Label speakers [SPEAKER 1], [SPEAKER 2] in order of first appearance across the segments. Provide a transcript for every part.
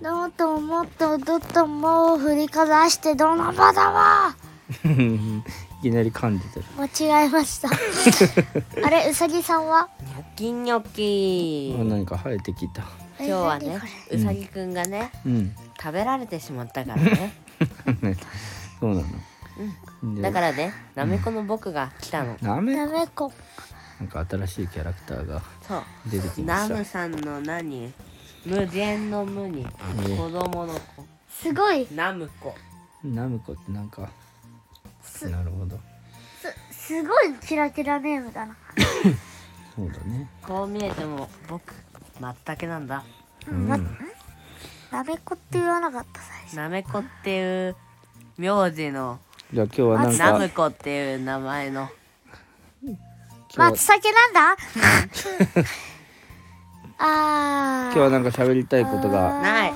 [SPEAKER 1] ノートをもっとドットも振りかざしてどのバだわ
[SPEAKER 2] いきなり噛んでたら
[SPEAKER 1] 間違えました あれうさぎさんは
[SPEAKER 3] ニョキニョキ
[SPEAKER 2] あ何か生えてきた
[SPEAKER 3] 今日は
[SPEAKER 1] え
[SPEAKER 3] ね
[SPEAKER 1] 何これ
[SPEAKER 3] うさぎくんがね
[SPEAKER 2] うん
[SPEAKER 3] 食べられてしまったからね
[SPEAKER 2] そうなの
[SPEAKER 3] だかららねなめこの僕が来たの
[SPEAKER 2] なめ
[SPEAKER 1] なめこ
[SPEAKER 2] なんか新しいキャラクターが
[SPEAKER 3] そう
[SPEAKER 2] 出てきま
[SPEAKER 3] ナ
[SPEAKER 2] した
[SPEAKER 3] ムさんの何無限の無に子供の子
[SPEAKER 1] すごい
[SPEAKER 3] ナムコ
[SPEAKER 2] ナムコってなんか
[SPEAKER 1] す
[SPEAKER 2] なるほど
[SPEAKER 1] すすごいキラキラネームだな
[SPEAKER 2] そうだね
[SPEAKER 3] こう見えても僕まったけなんだ
[SPEAKER 2] うん
[SPEAKER 1] ななめこって言わなかった最初
[SPEAKER 3] なめこっていう名字の
[SPEAKER 2] じゃあ今日はなん
[SPEAKER 3] ナ
[SPEAKER 2] か
[SPEAKER 3] ムコっていう名前の
[SPEAKER 2] 今日
[SPEAKER 1] 松茸 なんだあ
[SPEAKER 2] 今日
[SPEAKER 1] ー
[SPEAKER 2] はなんか喋りたいことが
[SPEAKER 3] ない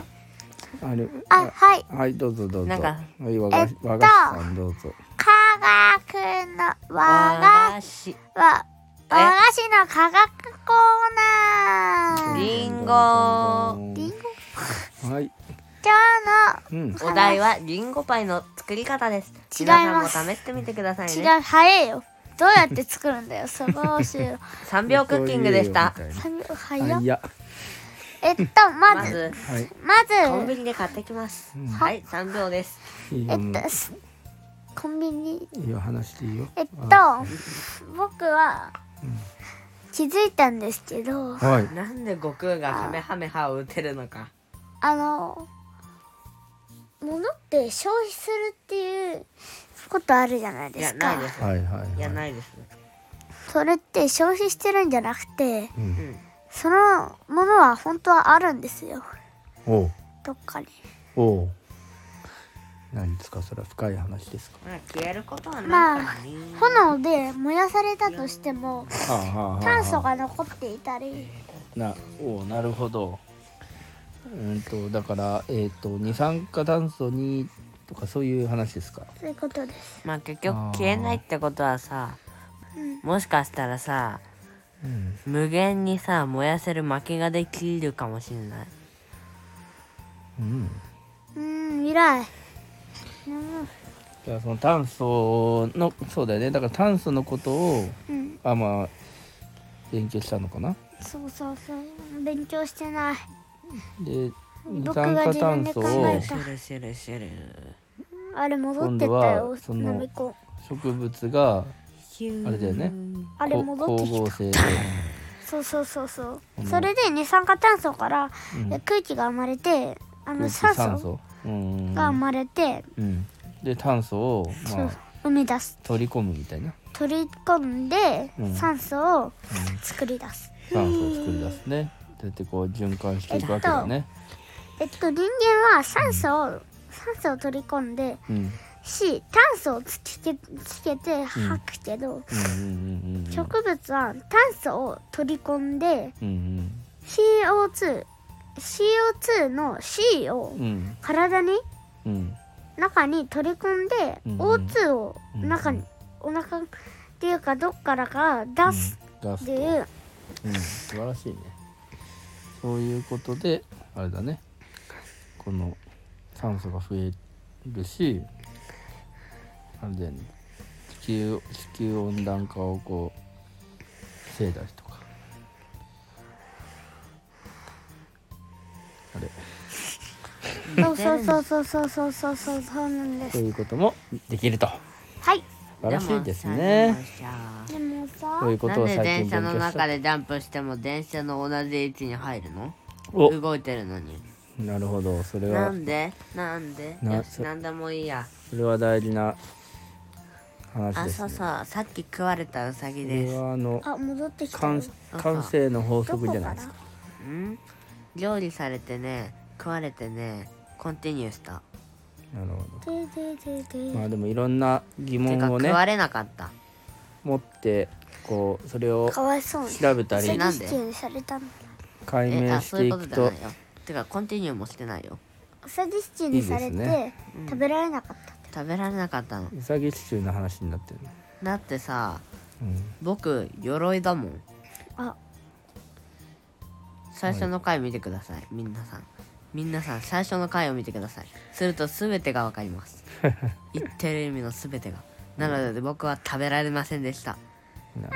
[SPEAKER 2] ある
[SPEAKER 1] あはい
[SPEAKER 2] はいどうぞどうぞ
[SPEAKER 3] なんか
[SPEAKER 2] はい和菓
[SPEAKER 1] え
[SPEAKER 2] 子
[SPEAKER 1] っと
[SPEAKER 2] 和菓子さんどうぞ
[SPEAKER 1] 科学の和
[SPEAKER 3] 和
[SPEAKER 1] 菓
[SPEAKER 3] 菓子
[SPEAKER 1] 和
[SPEAKER 3] え
[SPEAKER 1] 和菓子の科学コーナー
[SPEAKER 3] リンゴ
[SPEAKER 1] リンゴ
[SPEAKER 2] はい
[SPEAKER 1] 今日
[SPEAKER 2] うん
[SPEAKER 3] お題はリンゴパイの作り方です
[SPEAKER 1] 違い
[SPEAKER 3] 皆さん
[SPEAKER 1] ます
[SPEAKER 3] も試してみてください
[SPEAKER 1] の
[SPEAKER 3] ね
[SPEAKER 1] 違う早いよどうやって作るんだよそこをしろ
[SPEAKER 3] 3秒クッキングでした
[SPEAKER 1] 三秒
[SPEAKER 2] あ
[SPEAKER 1] 早っ
[SPEAKER 2] いや
[SPEAKER 1] えっとま
[SPEAKER 3] ま
[SPEAKER 1] ず
[SPEAKER 3] ず
[SPEAKER 2] はい
[SPEAKER 1] ま
[SPEAKER 3] コンビ
[SPEAKER 1] ず
[SPEAKER 3] ニで買ってきます
[SPEAKER 2] ん
[SPEAKER 3] はい3秒です
[SPEAKER 2] いい
[SPEAKER 1] え
[SPEAKER 2] よも
[SPEAKER 1] っとすコンビニ
[SPEAKER 2] ういいよ話していいよ
[SPEAKER 1] えっと
[SPEAKER 2] あ
[SPEAKER 1] 僕は気づいたんですけど
[SPEAKER 2] はい
[SPEAKER 3] なんで悟空がカメハメハを打てるのか
[SPEAKER 1] あの物って消費するっていうことあるじゃない
[SPEAKER 3] い
[SPEAKER 1] で
[SPEAKER 3] や
[SPEAKER 1] す
[SPEAKER 3] ない
[SPEAKER 1] か
[SPEAKER 3] です
[SPEAKER 2] はいはい
[SPEAKER 3] いや
[SPEAKER 2] は
[SPEAKER 3] ないです
[SPEAKER 1] それって消費してるんじゃなくて
[SPEAKER 2] いうん
[SPEAKER 1] そのものは本当はあるんですよ
[SPEAKER 2] おう
[SPEAKER 1] どっかに
[SPEAKER 2] おう何ですかそれは深い話ですか
[SPEAKER 3] まあ消えることはない
[SPEAKER 1] まあ
[SPEAKER 3] からね
[SPEAKER 1] 炎で燃やされたとしても
[SPEAKER 2] ああああああ
[SPEAKER 1] 炭素が残っていたり
[SPEAKER 2] なおうなるほどうんとだからえっ、と二酸化炭素にとかそういう話ですか
[SPEAKER 1] そういうことです
[SPEAKER 3] まあ結局消えないってことはさもしかしたらさ
[SPEAKER 2] うん
[SPEAKER 3] 無限にさ燃やせる薪ができるかもしれない
[SPEAKER 2] うん
[SPEAKER 1] うーん未来うん
[SPEAKER 2] じゃあその炭素のそうだよねだから炭素のことを
[SPEAKER 1] うん
[SPEAKER 2] あまあ勉強したのかな
[SPEAKER 1] そうそうそう勉強してない
[SPEAKER 2] で二
[SPEAKER 1] 僕
[SPEAKER 2] 酸
[SPEAKER 1] が
[SPEAKER 2] 化
[SPEAKER 1] 自分
[SPEAKER 2] 炭
[SPEAKER 1] で
[SPEAKER 2] 素
[SPEAKER 1] 考
[SPEAKER 2] を
[SPEAKER 1] え
[SPEAKER 3] シ
[SPEAKER 1] た
[SPEAKER 3] ュルシュルシュル
[SPEAKER 1] あれ戻っ
[SPEAKER 2] 今
[SPEAKER 1] てっ
[SPEAKER 2] 度
[SPEAKER 1] た
[SPEAKER 2] は
[SPEAKER 1] よ
[SPEAKER 2] その
[SPEAKER 1] なめこ
[SPEAKER 2] 植物が
[SPEAKER 3] ヒュー
[SPEAKER 2] あれだよね
[SPEAKER 1] あれ戻ってきた
[SPEAKER 2] 光合成で
[SPEAKER 1] そうそうそうそう。それで二酸化炭素から
[SPEAKER 2] うん
[SPEAKER 1] え空気が生まれて、あの
[SPEAKER 2] 空気
[SPEAKER 1] 酸
[SPEAKER 2] 酸
[SPEAKER 1] 素
[SPEAKER 2] 素うん
[SPEAKER 1] が生まれて、
[SPEAKER 2] うん、で炭素を、まあ、
[SPEAKER 1] 生み出す。
[SPEAKER 2] 取り込むみたいな
[SPEAKER 1] 取り込んで
[SPEAKER 2] うん
[SPEAKER 1] 酸素を作り出す。
[SPEAKER 2] 酸素を作り出すねそうやってこう循環していくわけだね、
[SPEAKER 1] えっと人間は酸素を、酸素を取り込んで
[SPEAKER 2] うん、
[SPEAKER 1] し炭素をつけつけて吐くけど、
[SPEAKER 2] うんうんうんうん
[SPEAKER 1] 植物は炭素を取り込んで
[SPEAKER 2] うん
[SPEAKER 1] CO2CO2 の C を
[SPEAKER 2] うんうん
[SPEAKER 1] 体に
[SPEAKER 2] うん
[SPEAKER 1] 中に取り込んで、
[SPEAKER 2] うん
[SPEAKER 1] O2 を
[SPEAKER 2] うん
[SPEAKER 1] 中に、お腹っていうかどっからか出す
[SPEAKER 2] ガ
[SPEAKER 1] っ
[SPEAKER 2] ス
[SPEAKER 1] て
[SPEAKER 2] と、
[SPEAKER 1] いう、
[SPEAKER 2] うん、素晴らしいねそういうことであれだねこの酸素が増えるしあれだよね地球地球温暖化をこう防いだりとかあれ
[SPEAKER 1] そうそうそうそうそうそうそうそうそうなんです
[SPEAKER 2] そういうこともできると
[SPEAKER 1] はい
[SPEAKER 2] 素晴らしいですね。
[SPEAKER 1] でもさ
[SPEAKER 2] そういうこと
[SPEAKER 3] なん
[SPEAKER 2] を
[SPEAKER 3] で
[SPEAKER 2] 最
[SPEAKER 3] 電
[SPEAKER 2] 近
[SPEAKER 3] 車
[SPEAKER 2] 勉強
[SPEAKER 3] の
[SPEAKER 2] し
[SPEAKER 3] 中
[SPEAKER 2] た。
[SPEAKER 3] でジャンプしても電車の同じ位置に入るの
[SPEAKER 2] お、
[SPEAKER 3] 動いてるのに
[SPEAKER 2] なるほど、それ
[SPEAKER 3] な
[SPEAKER 2] は
[SPEAKER 3] んでなんで
[SPEAKER 2] な
[SPEAKER 3] よし
[SPEAKER 2] そ
[SPEAKER 3] なんでもいいや
[SPEAKER 2] それは大事な話
[SPEAKER 3] あ
[SPEAKER 2] です、
[SPEAKER 3] そう
[SPEAKER 2] ね。
[SPEAKER 3] そうさっき食われたウサギ
[SPEAKER 2] こ
[SPEAKER 3] で
[SPEAKER 2] れ
[SPEAKER 3] す
[SPEAKER 2] はあの
[SPEAKER 1] あ戻ってきたよ
[SPEAKER 2] 感感性の法則じゃないですか。
[SPEAKER 3] うん料理されてね食われてねコンティニューした
[SPEAKER 2] なるほ
[SPEAKER 1] でででで、
[SPEAKER 2] ど。まあでもいろんな疑
[SPEAKER 3] て
[SPEAKER 2] 問
[SPEAKER 3] か
[SPEAKER 2] を
[SPEAKER 3] 食
[SPEAKER 2] ね
[SPEAKER 3] われなかった
[SPEAKER 2] 持ってこうそれを
[SPEAKER 1] かわいそうに
[SPEAKER 2] 調べたり
[SPEAKER 1] 正
[SPEAKER 3] な
[SPEAKER 1] 規
[SPEAKER 3] んで
[SPEAKER 1] 支給にされたの
[SPEAKER 2] 解
[SPEAKER 3] え
[SPEAKER 2] 明
[SPEAKER 3] あ
[SPEAKER 2] し
[SPEAKER 3] そうい
[SPEAKER 2] て
[SPEAKER 3] う
[SPEAKER 2] い
[SPEAKER 3] こ
[SPEAKER 2] く
[SPEAKER 3] とじゃ
[SPEAKER 2] と
[SPEAKER 3] ないよてかコンティニューもしてないよ
[SPEAKER 1] ウサギ支給にされ
[SPEAKER 2] い
[SPEAKER 1] て
[SPEAKER 2] いですね
[SPEAKER 1] 食べられなかった
[SPEAKER 3] 食べられなかったの
[SPEAKER 2] うさぎシチューの話になってるね。
[SPEAKER 3] だってさ
[SPEAKER 2] うん。
[SPEAKER 3] 僕鎧だもん
[SPEAKER 1] あ
[SPEAKER 3] 最初の回見てください、皆さん皆さん最初の回を見てくださいすると全てがわかります 言ってる意味の全てがなので僕は食べられませんでした
[SPEAKER 2] な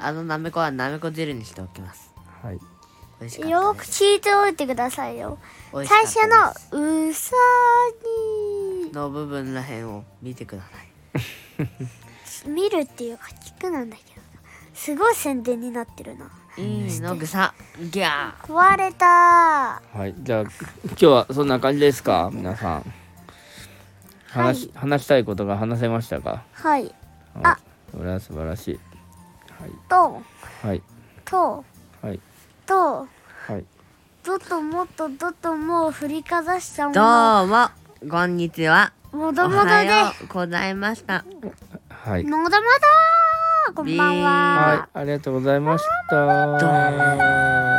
[SPEAKER 3] あのなめこはなめこ汁にしておきます
[SPEAKER 2] はい
[SPEAKER 3] 美味しかったです
[SPEAKER 1] よく聞いておいてくださいよ
[SPEAKER 3] 美味しか
[SPEAKER 1] 最
[SPEAKER 3] った
[SPEAKER 1] 初
[SPEAKER 3] です
[SPEAKER 1] のうさ
[SPEAKER 3] の部分らへんを見てください
[SPEAKER 1] ぎ見るっていうか聞くなんだけどすごい宣伝になってるない
[SPEAKER 3] いのぐさギャー
[SPEAKER 1] 壊れた
[SPEAKER 2] はいじゃあ今日はそんな感じですか皆さん話,、話したいことが話せましたか
[SPEAKER 1] はい
[SPEAKER 2] あそれは素晴らしい
[SPEAKER 1] と
[SPEAKER 2] はい
[SPEAKER 1] と
[SPEAKER 2] はい
[SPEAKER 1] と
[SPEAKER 2] はい
[SPEAKER 1] どともっとどともう振りかざしたも
[SPEAKER 3] ど
[SPEAKER 1] の
[SPEAKER 3] うもこんにちは
[SPEAKER 1] も
[SPEAKER 3] お
[SPEAKER 1] どもど
[SPEAKER 3] は
[SPEAKER 1] で
[SPEAKER 3] ようございました
[SPEAKER 2] はい
[SPEAKER 1] のどもどこんばん
[SPEAKER 3] ビー
[SPEAKER 1] は
[SPEAKER 2] はい、ありがとうございました。